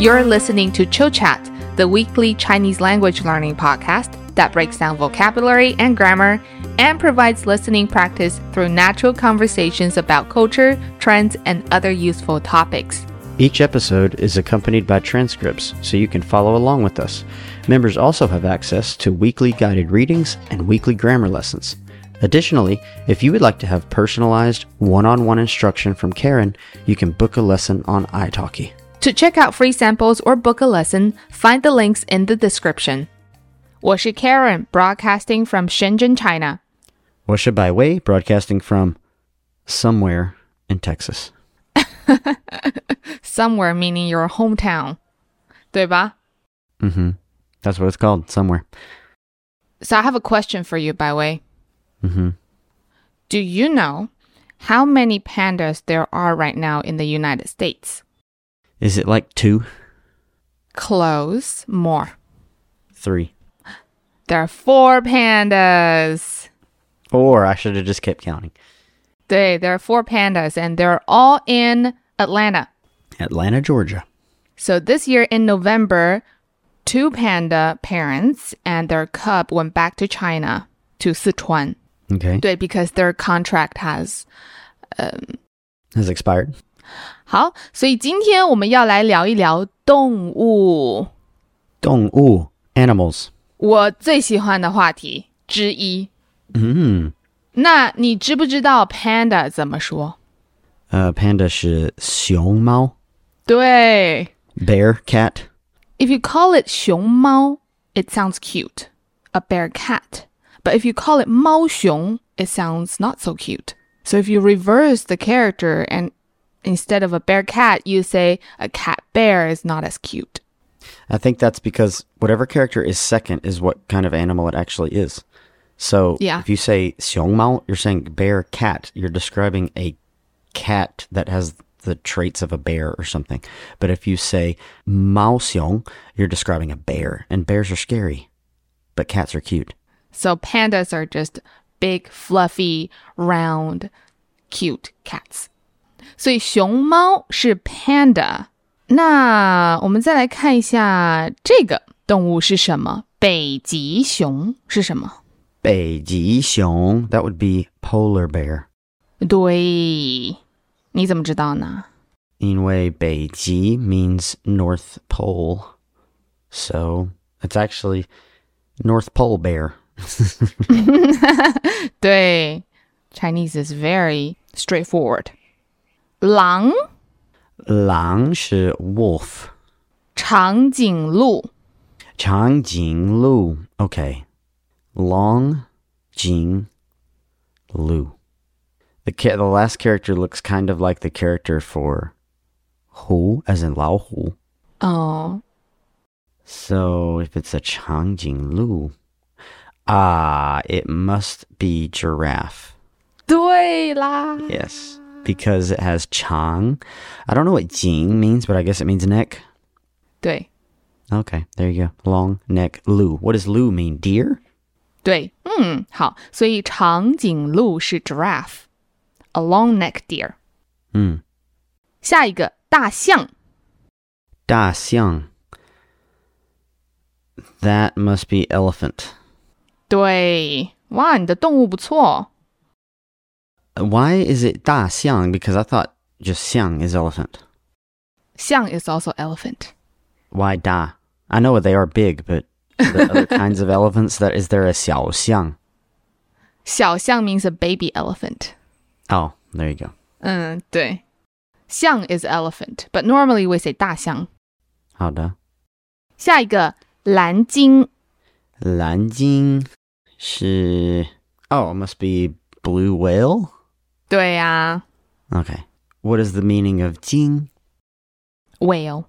You're listening to Chill Chat, the weekly Chinese language learning podcast that breaks down vocabulary and grammar and provides listening practice through natural conversations about culture, trends, and other useful topics. Each episode is accompanied by transcripts so you can follow along with us. Members also have access to weekly guided readings and weekly grammar lessons. Additionally, if you would like to have personalized one on one instruction from Karen, you can book a lesson on italki. To check out free samples or book a lesson, find the links in the description. 我是 Karen, broadcasting from Shenzhen, China. Washa Bai Wei, broadcasting from somewhere in Texas. Somewhere meaning your hometown. 对吧? Mm hmm. That's what it's called, somewhere. So I have a question for you, by the way. Mm hmm. Do you know how many pandas there are right now in the United States? Is it like two, Close. More. three? There are four pandas. Or I should have just kept counting. They, there are four pandas, and they're all in Atlanta. Atlanta, Georgia. So this year in November, two panda parents and their cub went back to China to Sichuan. Okay. 对, because their contract has has expired. 好，所以今天我们要来聊一聊动物，我最喜欢的话题之一。 Dong u animals. Mm. 那你知不知道 panda 怎么说？ Uh, panda 是熊猫对，bear cat ，If you call it 熊猫，it sounds cute, a bear cat. But if you call it 猫熊，it sounds not so cute. So if you reverse the character and instead of a bear cat, you say a cat bear is not as cute. I think that's because whatever character is second is what kind of animal it actually is. So Yeah. if you say 熊猫, you're saying bear cat. You're describing a cat that has the traits of a bear or something. But if you say 猫熊, you're describing a bear, and bears are scary, but cats are cute. So pandas are just big, fluffy, round, cute cats. 所以熊猫是 panda。那我们再来看一下这个动物是什么？北极熊是什么？北极熊, that would be polar bear. 对，你怎么知道呢？因为 Beiji means North Pole. So it's actually North Pole bear. 对，Chinese is very straightforward。狼、狼是 wolf. 长颈鹿、长颈鹿, okay. Long Jing Lu. The ca- the last character looks kind of like the character for Hu, as in Lao Hu. 哦， So if it's a Changjing Lu, ah, it must be giraffe. 对啦， Yes, because it has Chang. I don't know what Jing means, but I guess it means neck. 对。 Okay, there you go. Long neck Lu. What does Lu mean? Deer? 对，嗯，好，所以长颈鹿是 giraffe，a long neck deer。 Hmm. 下一个大象， Da Xiang. That must be elephant. 对，哇，你的动物不错。 Why is it Da Xiang? Because I thought just Xiang is elephant. 象 is also elephant。 Why Da? I know they are big, but the other kinds of elephants, that is there a Xiao Xiang? 小象 means a baby elephant。 Oh, there you go. 嗯，对，象 is elephant，but normally we say 大象。 How da? 下一个蓝鲸，蓝鲸是 oh it must be blue whale. 对呀、 Okay, what is the meaning of jing? w h a l e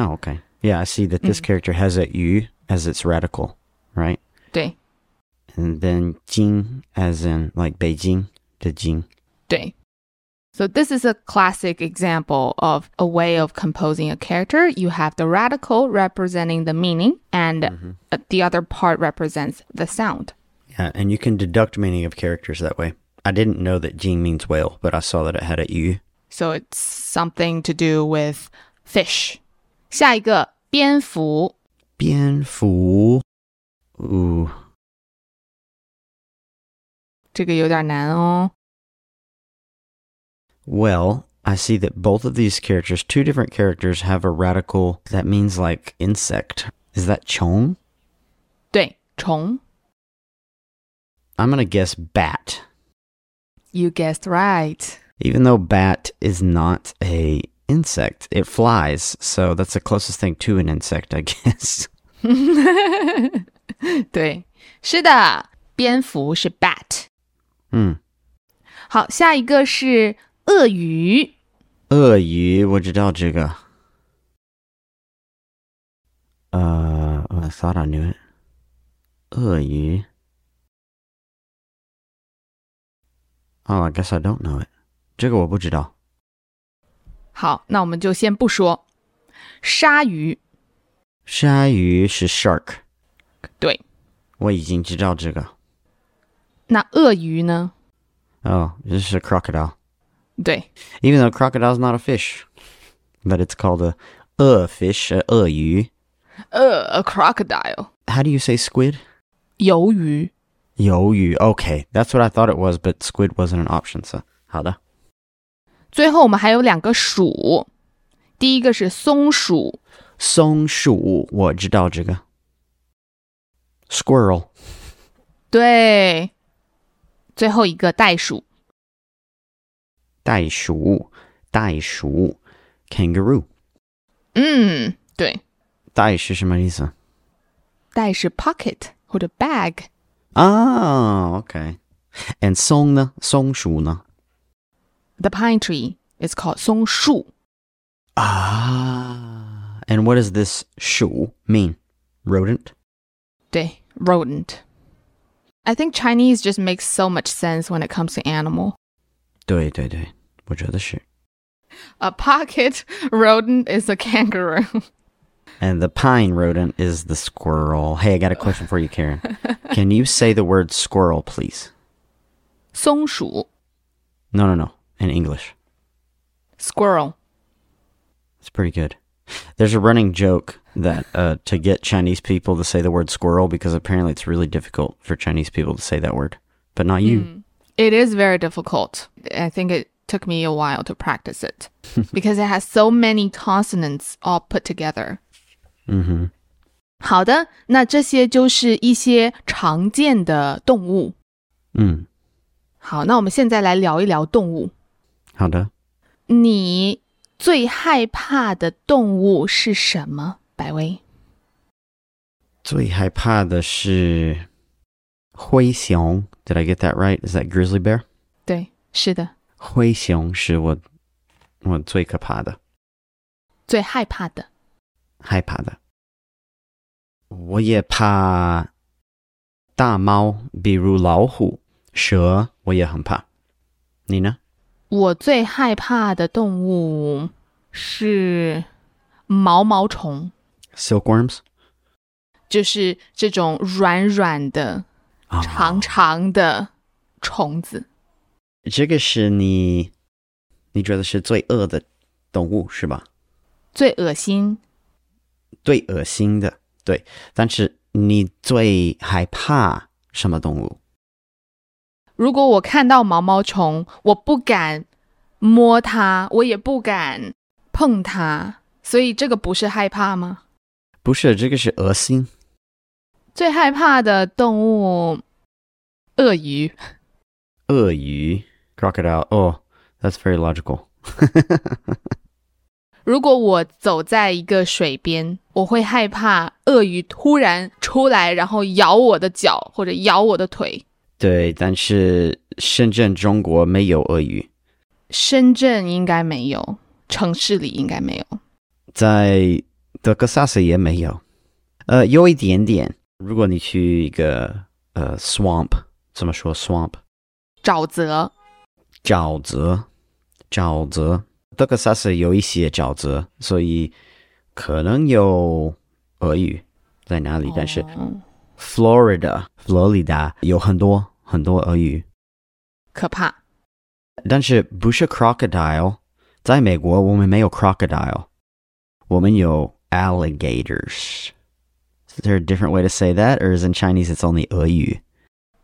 Oh, okay. Yeah, I see that this character has a yu as its radical, right? 对 And then jing as in like Beijing, the jing. 对。So this is a classic example of a way of composing a character. You have the radical representing the meaning and uh, the other part represents the sound. Yeah, and you can deduct meaning of characters that way. I didn't know that jing means whale, but I saw that it had a yu. So it's something to do with fish 下一个蝙蝠，蝙蝠。Ooh. 这个有点难哦。 Well, I see that both of these characters, two different characters, have a radical that means like insect. Is that chong? 对，虫。 I'm going to guess bat. You guessed right. Even though bat is not a insect, it flies, so that's the closest thing to an insect, I guess. 对，是的，蝙蝠是 bat。 Hmm. 好，下一个是鳄鱼，鳄鱼，我知道这个。Uh, I thought I knew it. 鳄鱼. Oh, I guess I don't know it. 这个我不知道。好，那我们就先不说。鲨鱼，鲨鱼是 shark，对，我已经知道这个。那鳄鱼呢？ Oh, this is a crocodile. 对， Even though crocodile's not a fish, but it's called a 鳄 fish, a 鳄鱼.呃、a crocodile， How do you say squid? 鱿鱼。鱿鱼. Okay, that's what I thought it was, but squid wasn't an option. So, 好的。最后我们还有两个鼠，第一个是松鼠，松鼠，我知道这个。Squirrel. 对，最后一个袋鼠，袋鼠，袋鼠。Kangaroo. 嗯，对，袋是什么意思？袋是 pocket 或者 bag， Ah, okay. And 松呢？松鼠呢？ The pine tree is called 松树。 Ah. And what does this 鼠 mean? Rodent? 对，rodent. I think Chinese just makes so much sense when it comes to animal. 对对对，我觉得是。 A pocket rodent is a kangaroo. And the pine rodent is the squirrel. Hey, I got a question for you, Karen. Can you say the word squirrel, please? 松鼠 No, no, no. In English. squirrel. It's pretty good. There's a running joke that uh, to get Chinese people to say the word squirrel because apparently it's really difficult for Chinese people to say that word, but not you. Mm. It is very difficult. I think it took me a while to practice it because it has so many consonants all put together. 嗯哼。好的，那这些就是一些常见的动物。嗯，好，那我们现在来聊一聊动物。好的。你最害怕的动物是什么？百威，最害怕的是灰熊。Did I get that right? Is that grizzly bear? 对，是的，灰熊是我我最可怕的、最害怕的害怕的。我也怕大猫，比如老虎、蛇，我也很怕。你呢？我最害怕的动物是毛毛虫， Silkworms? 就是这种软软的、啊长长的虫子。这个是你，你觉得是最恶的动物是吧？最恶心，最恶心的，对。但是你最害怕什么动物？如果我看到毛毛虫，我不敢摸它，我也不敢碰它，所以这个不是害怕吗？不是，这个是恶心。最害怕的动物，鳄鱼。鳄鱼，crocodile。哦，that's very logical。如果我走在一个水边，我会害怕鳄鱼突然出来，然后咬我的脚或者咬我的腿。对，但是深圳中国没有鳄鱼，深圳应该没有，城市里应该没有。在德克萨斯也没有。呃，有一点点。如果你去一个呃 swamp，怎么说 swamp？沼泽，沼泽，沼泽，德克萨斯有一些沼泽，所以可能有俄语在哪里，但是哦 Florida，佛罗里达有很多很多俄语，可怕。但是不是 crocodile，在美国我们没有 crocodile，我们有 alligators. Is there a different way to say that, or is in Chinese it's only 俄语？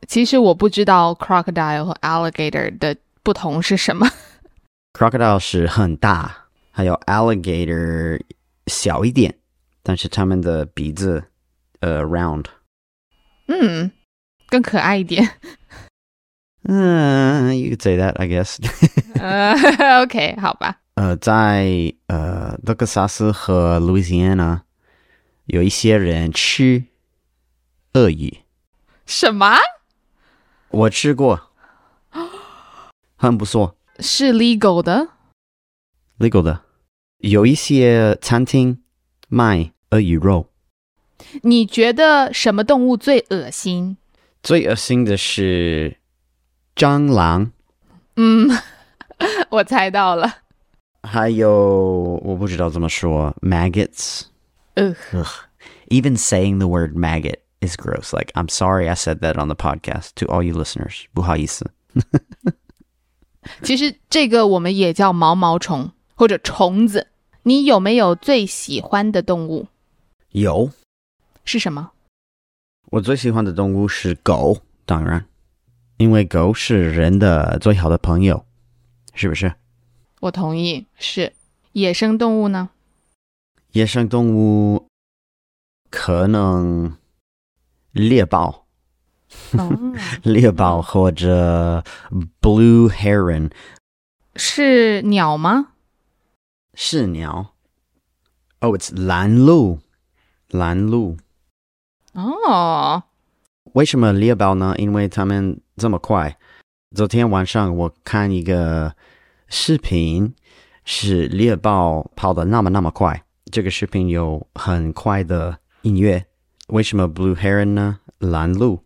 其实我不知道 crocodile 和 alligator 的不同是什么。 crocodile 是很大，还有 alligator 小一点，但是它们的鼻子呃 round。嗯，更可爱一点。 嗯、y o u could say that, I guess. 呃，OK，好吧。呃，在呃德克萨斯和路易斯安那，有一些人吃鳄鱼，什么我吃过，很不错是 legal 的？ ，legal 的。有一些餐厅卖鳄鱼肉，你觉得什么动物最恶心？最恶心的是蟑螂，嗯， 我猜到了。还有我不知道怎么说 maggots。呃， Ugh. Even saying the word maggot is gross. Like, I'm sorry I said that on the podcast to all you listeners. 不好意思.其实这个我们也叫毛毛虫或者虫子。你有没有最喜欢的动物有，是什么？我最喜欢的动物是狗，当然，因为狗是人的最好的朋友，是不是？我同意，是野生动物呢？野生动物可能猎豹、哦，猎豹或者 blue heron 是鸟吗？是鸟。Oh, it's 蓝鹭，蓝鹭。哦，为什么猎豹呢？因为它们这么快。昨天晚上我看一个视频，是猎豹跑得那么那么快。这个视频有很快的音乐。为什么 blue heron 呢？蓝鹭，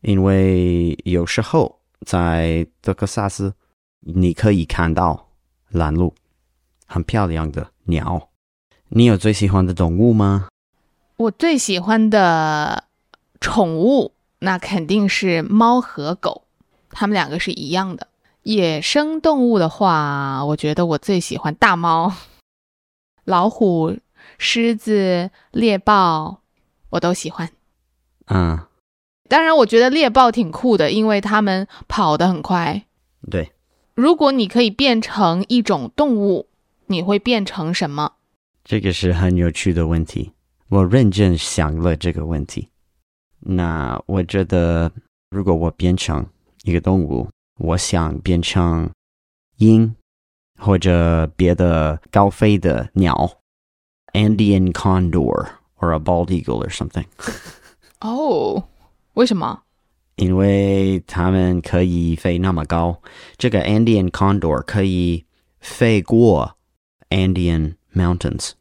因为有时候在德克萨斯你可以看到蓝鹭，很漂亮的鸟。你有最喜欢的动物吗？我最喜欢的宠物那肯定是猫和狗，它们两个是一样的。野生动物的话，我觉得我最喜欢大猫、老虎、狮子、猎豹，我都喜欢。嗯，当然，我觉得猎豹挺酷的，因为它们跑得很快。对，如果你可以变成一种动物，你会变成什么？这个是很有趣的问题，我认真想了这个问题。那我觉得，如果我变成一个动物，我想变成鹰或者别的高飞的鸟，Andean condor or a bald eagle or something，哦，为什么？因为它们可以飞那么高。这个 Andean condor 可以飞过 Andean mountains。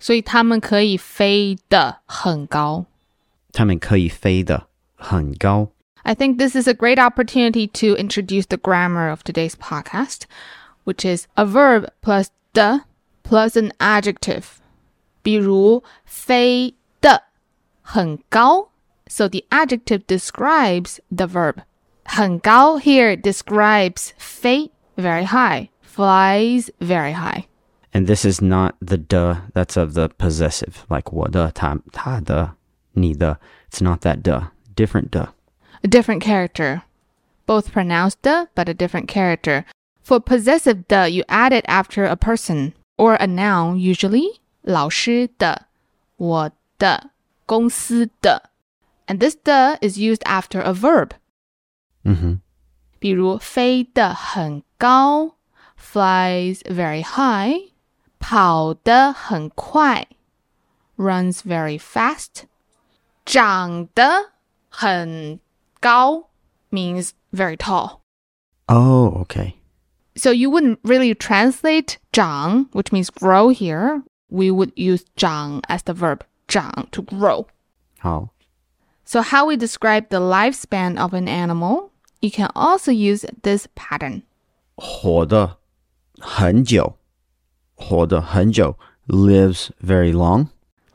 所以它们可以飞得很高。它们可以飞得很高。 I think this is a great opportunity to introduce the grammar of today's podcast, which is a verb plus the plus an adjective. 比如飞得很高, so the adjective describes the verb. 很高 here describes 飞 very high, flies very high. And this is not the duh, that's of the possessive, like 我的,他-他的,你的. It's not that duh, different duh. a different character. Both pronounced the, but a different character. For possessive the, you add it after a person or a noun, usually 老师的,我的,公司的. And this the is used after a verb. hmm 比如飞得很高, flies very high, 跑得很快, runs very fast, 长得很高 means very tall. Oh, okay. So you wouldn't really translate 长, which means grow here. We would use 长 as the verb 长 to grow. 好. So how we describe the lifespan of an animal, you can also use this pattern. 活得很久。活得很久 lives very long.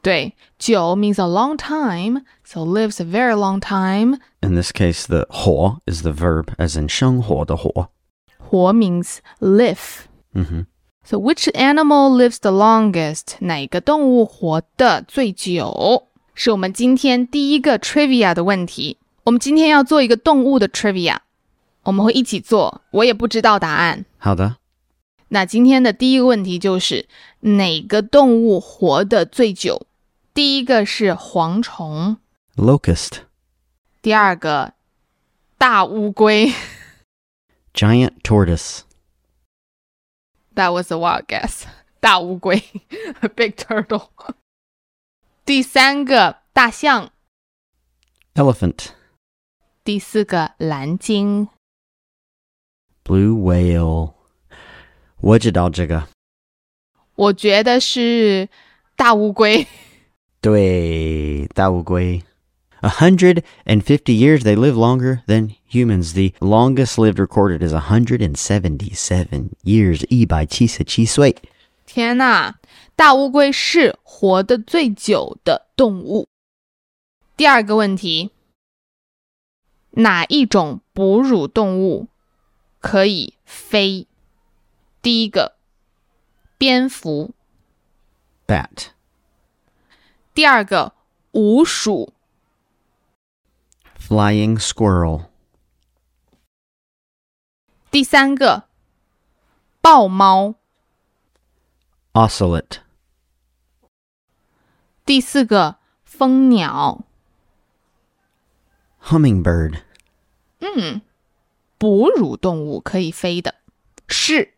对，久 means a long time, so lives a very long time. In this case, the 活 is the verb, as in 生活的活. Huo means live. hmm So which animal lives the longest？哪个动物活得最久？是我们今天第一个 trivia 的问题。我们今天要做一个动物的 trivia，我们会一起做。我也不知道答案。好的，那今天的第一个问题就是哪个动物活得最久？第一个是蝗虫， locust, 第二个大乌龟。 giant tortoise, That was a wild guess. 大乌龟，a big turtle。第三个大象， elephant, 第四个蓝鲸。 blue whale. 我知道这个。我觉得是大乌龟。对，大乌龟。A hundred and fifty years they live longer than humans. The longest lived recorded is a hundred and seventy-seven years. E 一百七十七岁。 天呐，大乌龟是活得最久的动物。第二个问题，哪一种哺乳动物可以飞？第一个，蝙蝠； Bat, 第二个，鼯鼠； flying squirrel, 第三个，豹猫； ocelot, 第四个，蜂鸟。 hummingbird, 哺乳动物可以飞的是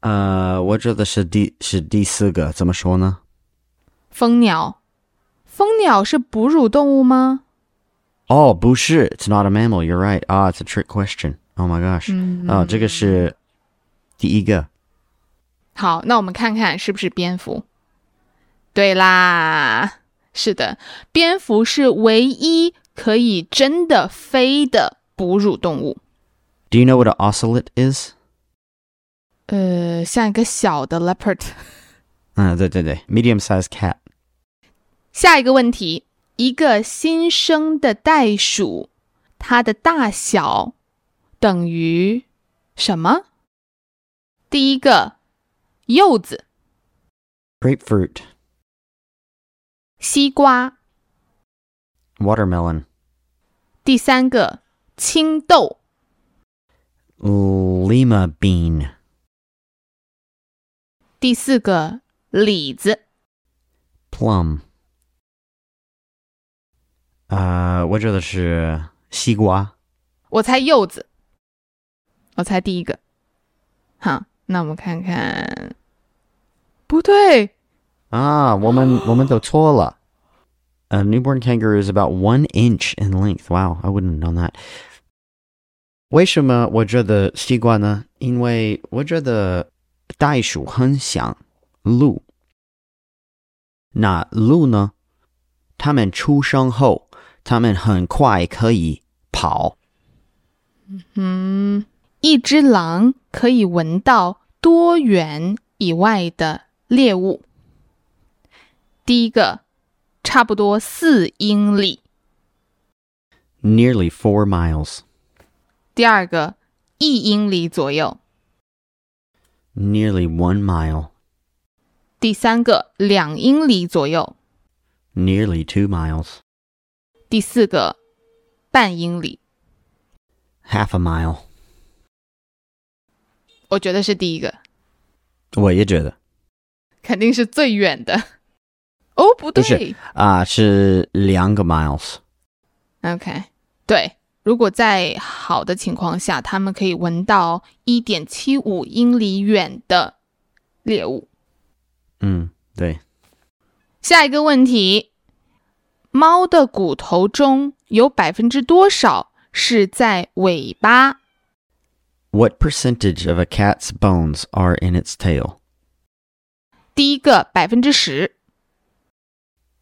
Uh, 呃，我觉得是第-是第四个，怎么说呢？蜂鸟。蜂鸟是哺乳动物吗？ Oh, 不是 It's not a mammal. You're right. Ah, it's a trick question. Oh my gosh. 哦，这个是第一个。好，那我们看看是不是蝙蝠。对啦，是的，蝙蝠是唯一可以真的飞的哺乳动物。 Do you know what an ocelot is? 呃，像一个小的 leopard。Uh, 嗯，对对对，medium sized cat. 下一个问题：一个新生的袋鼠，它的大小等于什么？第一个，柚子、 Grapefruit, 西瓜； watermelon, 第三个，青豆； lima bean, 第四个，李子； plum. Uh, 呃，我觉得是西瓜。我猜柚子，我猜第一个。好，那我们看看，不对， Ah, woman, woman, tola. A newborn kangaroo is about one inch in length. Wow, I wouldn't have known that. 为什么我觉得西瓜呢？因为我觉得袋鼠很想鹿。那鹿呢？它们出生后，它们的身体会变得很大，它们的身体会变得很大，嗯，一只狼可以闻到多远以外的猎物？第一个，差不多四英里； Nearly four miles. 第二个，一英里左右； Nearly one mile. 第三个，两英里左右； Nearly two miles. 第四个，半英里。 Half a mile. 我觉得是第一个，我也觉得。肯定是最远的。哦，不对不是 Uh, 啊，是两个 miles。 o k 对。如果在好的情况下，他们可以闻到一点七五英里远的猎物。嗯，对。下一个问题：猫的骨头中有百分之多少是在尾巴？ What percentage of a cat's bones are in its tail? 第一个百分之十，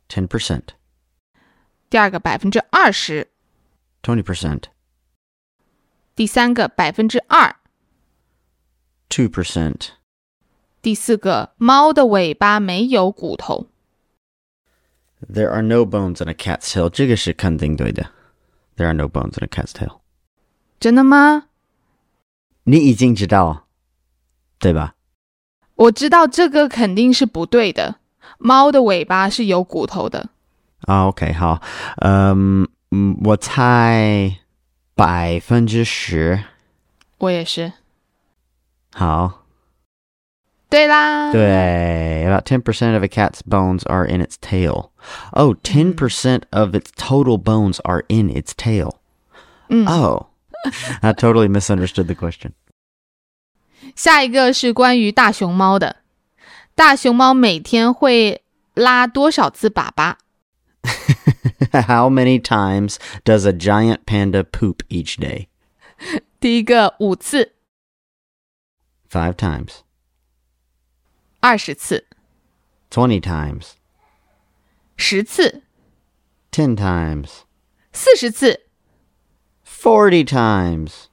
10%, 第二个百分之二十， 20%, 第三个百分之二， 2%, 第四个猫的尾巴没有骨头。 There are no bones in a cat's tail. 这个是肯定对的。There are no bones in a cat's tail. 真的吗？你已经知道，对吧？我知道这个肯定是不对的。猫的尾巴是有骨头的，啊，OK，好，嗯嗯，我猜百分之十。我也是。好，对啦，对，about ten percent of a cat's bones are in its tail. Oh, 10 percent of its total bones are in its tail. 嗯 Oh, I totally misunderstood the question. 下一个是关于大熊猫的。大熊猫每天会拉多少次粑粑？ How many times does a giant panda poop each day? 第一个五次、 Five times, 二十次、 twenty times, 十次、 ten times, 四十次。 forty times.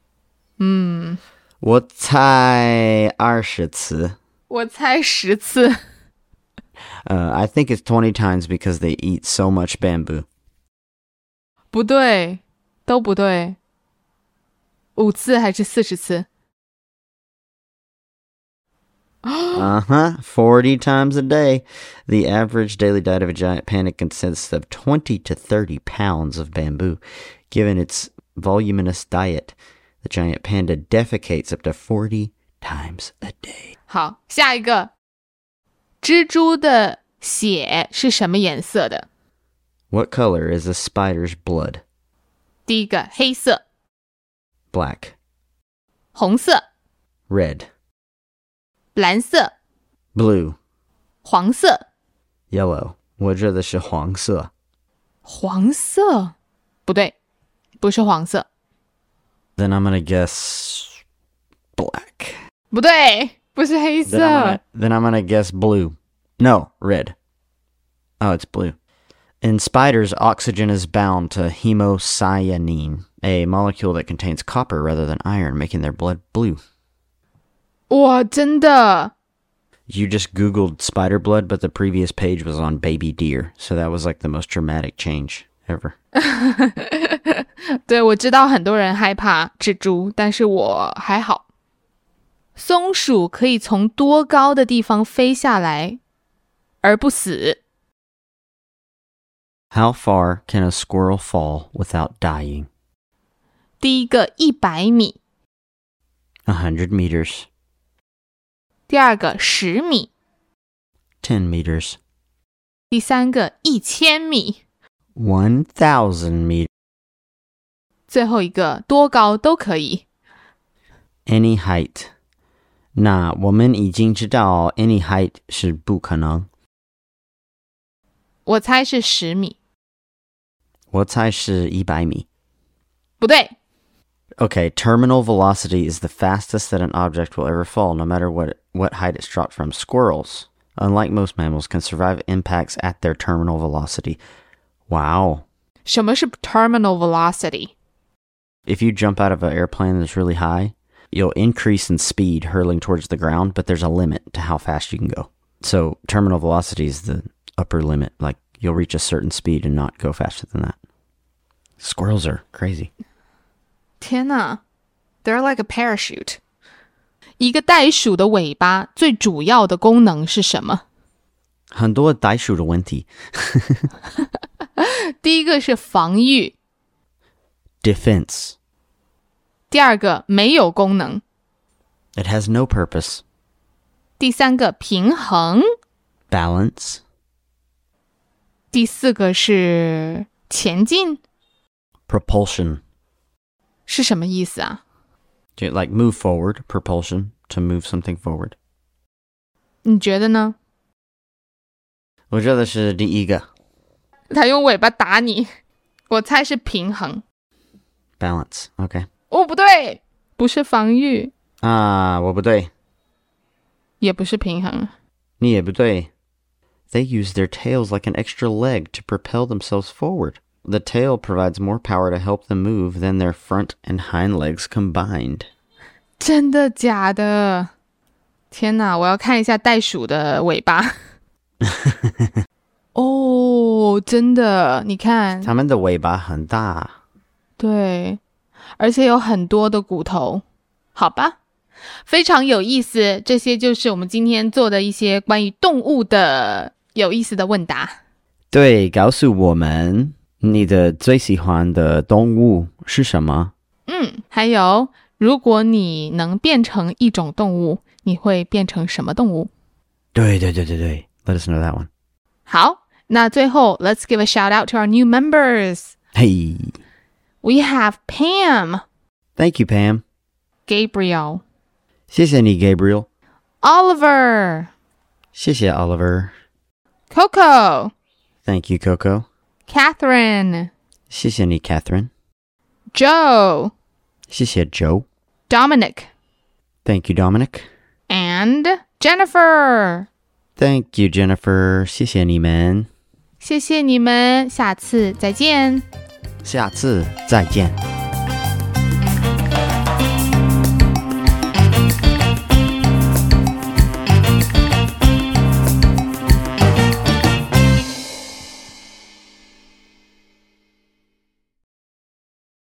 嗯，我猜二十次。我猜十次。 Uh, I think it's twenty times because they eat so much bamboo. 不对，都不对。五次还是四十次？ Uh huh. 40 times a day. The average daily diet of a giant panda consists of 20 to 30 pounds of bamboo. Given its voluminous diet, the giant panda defecates up to 40 times a day. 好，下一个。蜘蛛的血是什么颜色的？ What color is a spider's blood? 第一个黑色、 Black, 红色、 red, 蓝色、 blue, 黄色、 yellow. 我觉得是黄色。黄色。不对，不是黄色， Then I'm going to guess black. 不对，不是黑 Then I'm, 色 gonna, then I'm gonna guess blue. No, red. Oh, it's blue. In spiders, oxygen is bound to hemocyanin, a molecule that contains copper rather than iron, making their blood blue. 哇，真的。 You just Googled spider blood, but the previous page was on baby deer, so that was like the most dramatic change ever. 对，我知道很多人害怕蜘蛛，但是我还好。松鼠可以从多高的地方飞下来而不死？ How far can a squirrel fall without dying? 第一个一百米， A 100 meters, 第二个十米， 10 meters, 第三个一千米， 1,000 meters. 最后一个多高都可以。 any height. 那我们已经知道 any height 是不可能。我猜是我猜是十米， 100米。不对， Okay, terminal velocity is the fastest that an object will ever fall, no matter what what height it's dropped from. Squirrels, unlike most mammals, can survive impacts at their terminal velocity. Wow. 什么是 terminal velocity？ If you jump out of an airplane that's really high, you'll increase in speed hurling towards the ground, but there's a limit to how fast you can go. So terminal velocity is the upper limit. Like you'll reach a certain speed and not go faster than that. Squirrels are crazy. 天呐 t h e y r e like a parachute。一个袋鼠的尾巴最主要的功能是什么？很多袋鼠的问题。第一个是防御， Defense. 第二个没有功能， It has no purpose. 第三个平衡， Balance. 第四个是前进， Propulsion. 是什么意思啊？ To, Like move forward. Propulsion. To move something forward. 你觉得呢？我觉得是第一个。它用尾巴打你，我猜是平衡。 Balance. Okay. 哦，不对，不是防御，Ah, 啊，我不对。也不是平衡。你也不对。They use their tails like an extra leg to propel themselves forward. The tail provides more power to help them move than their front and hind legs combined. 真的假的？天哪！我要看一下袋鼠的尾巴。哦，真的，你看，它们的尾巴很大。对，而且有很多的骨头。好吧，非常有意思。这些就是我们今天做的一些关于动物的有意思的问答。对，告诉我们你的最喜欢的动物是什么？嗯，还有，如果你能变成一种动物，你会变成什么动物？对对对对对，Let us know that one. 好，那最后，Let's give a shout out to our new members. Hey, We have Pam, thank you, Pam. Gabriel, 谢谢你，Gabriel. Oliver, 谢谢 Oliver. Coco, Thank you, Coco. Catherine, 谢谢你，Catherine. Joe, 谢谢 Joe. Dominic, Thank you, Dominic. and Jennifer. Thank you, Jennifer. 谢谢你们，谢谢你们，下次再见。下次再见。